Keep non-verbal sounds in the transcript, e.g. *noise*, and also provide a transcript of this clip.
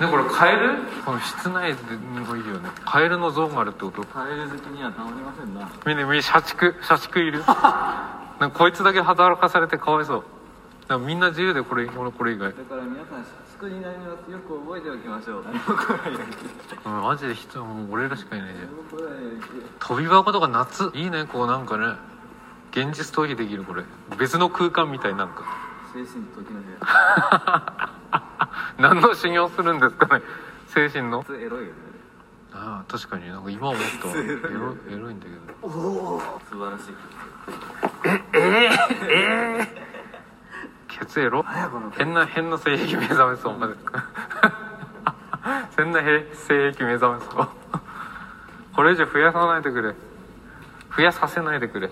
ねこれカエルこの室内でもいいよねカエルの像があるってことカエル好きにはたまりませんなみんなみんな社畜社畜いるなんかこいつだけ働かされてかわいそうなんかみんな自由でこれ俺これ以外、だから皆さん宿になりますよく覚えておきまし *laughs* ょう何も来ないだけうん、マジで人もう俺らしかいないじゃん何も来ないだ飛び箱とか夏いいねこうなんかね現実逃避できるこれ別の空間みたいなんかけ精神と時の部屋何の修行するんですかね精神の普通エロいよねああ確かになんか今思ったわエロエロいんだけど素晴らしいケツエロ変な変な性癖目覚めそうまで *laughs* 変なへ性 *laughs* 癖目覚めそうこれ以上増やさないでくれ増やさせないでくれ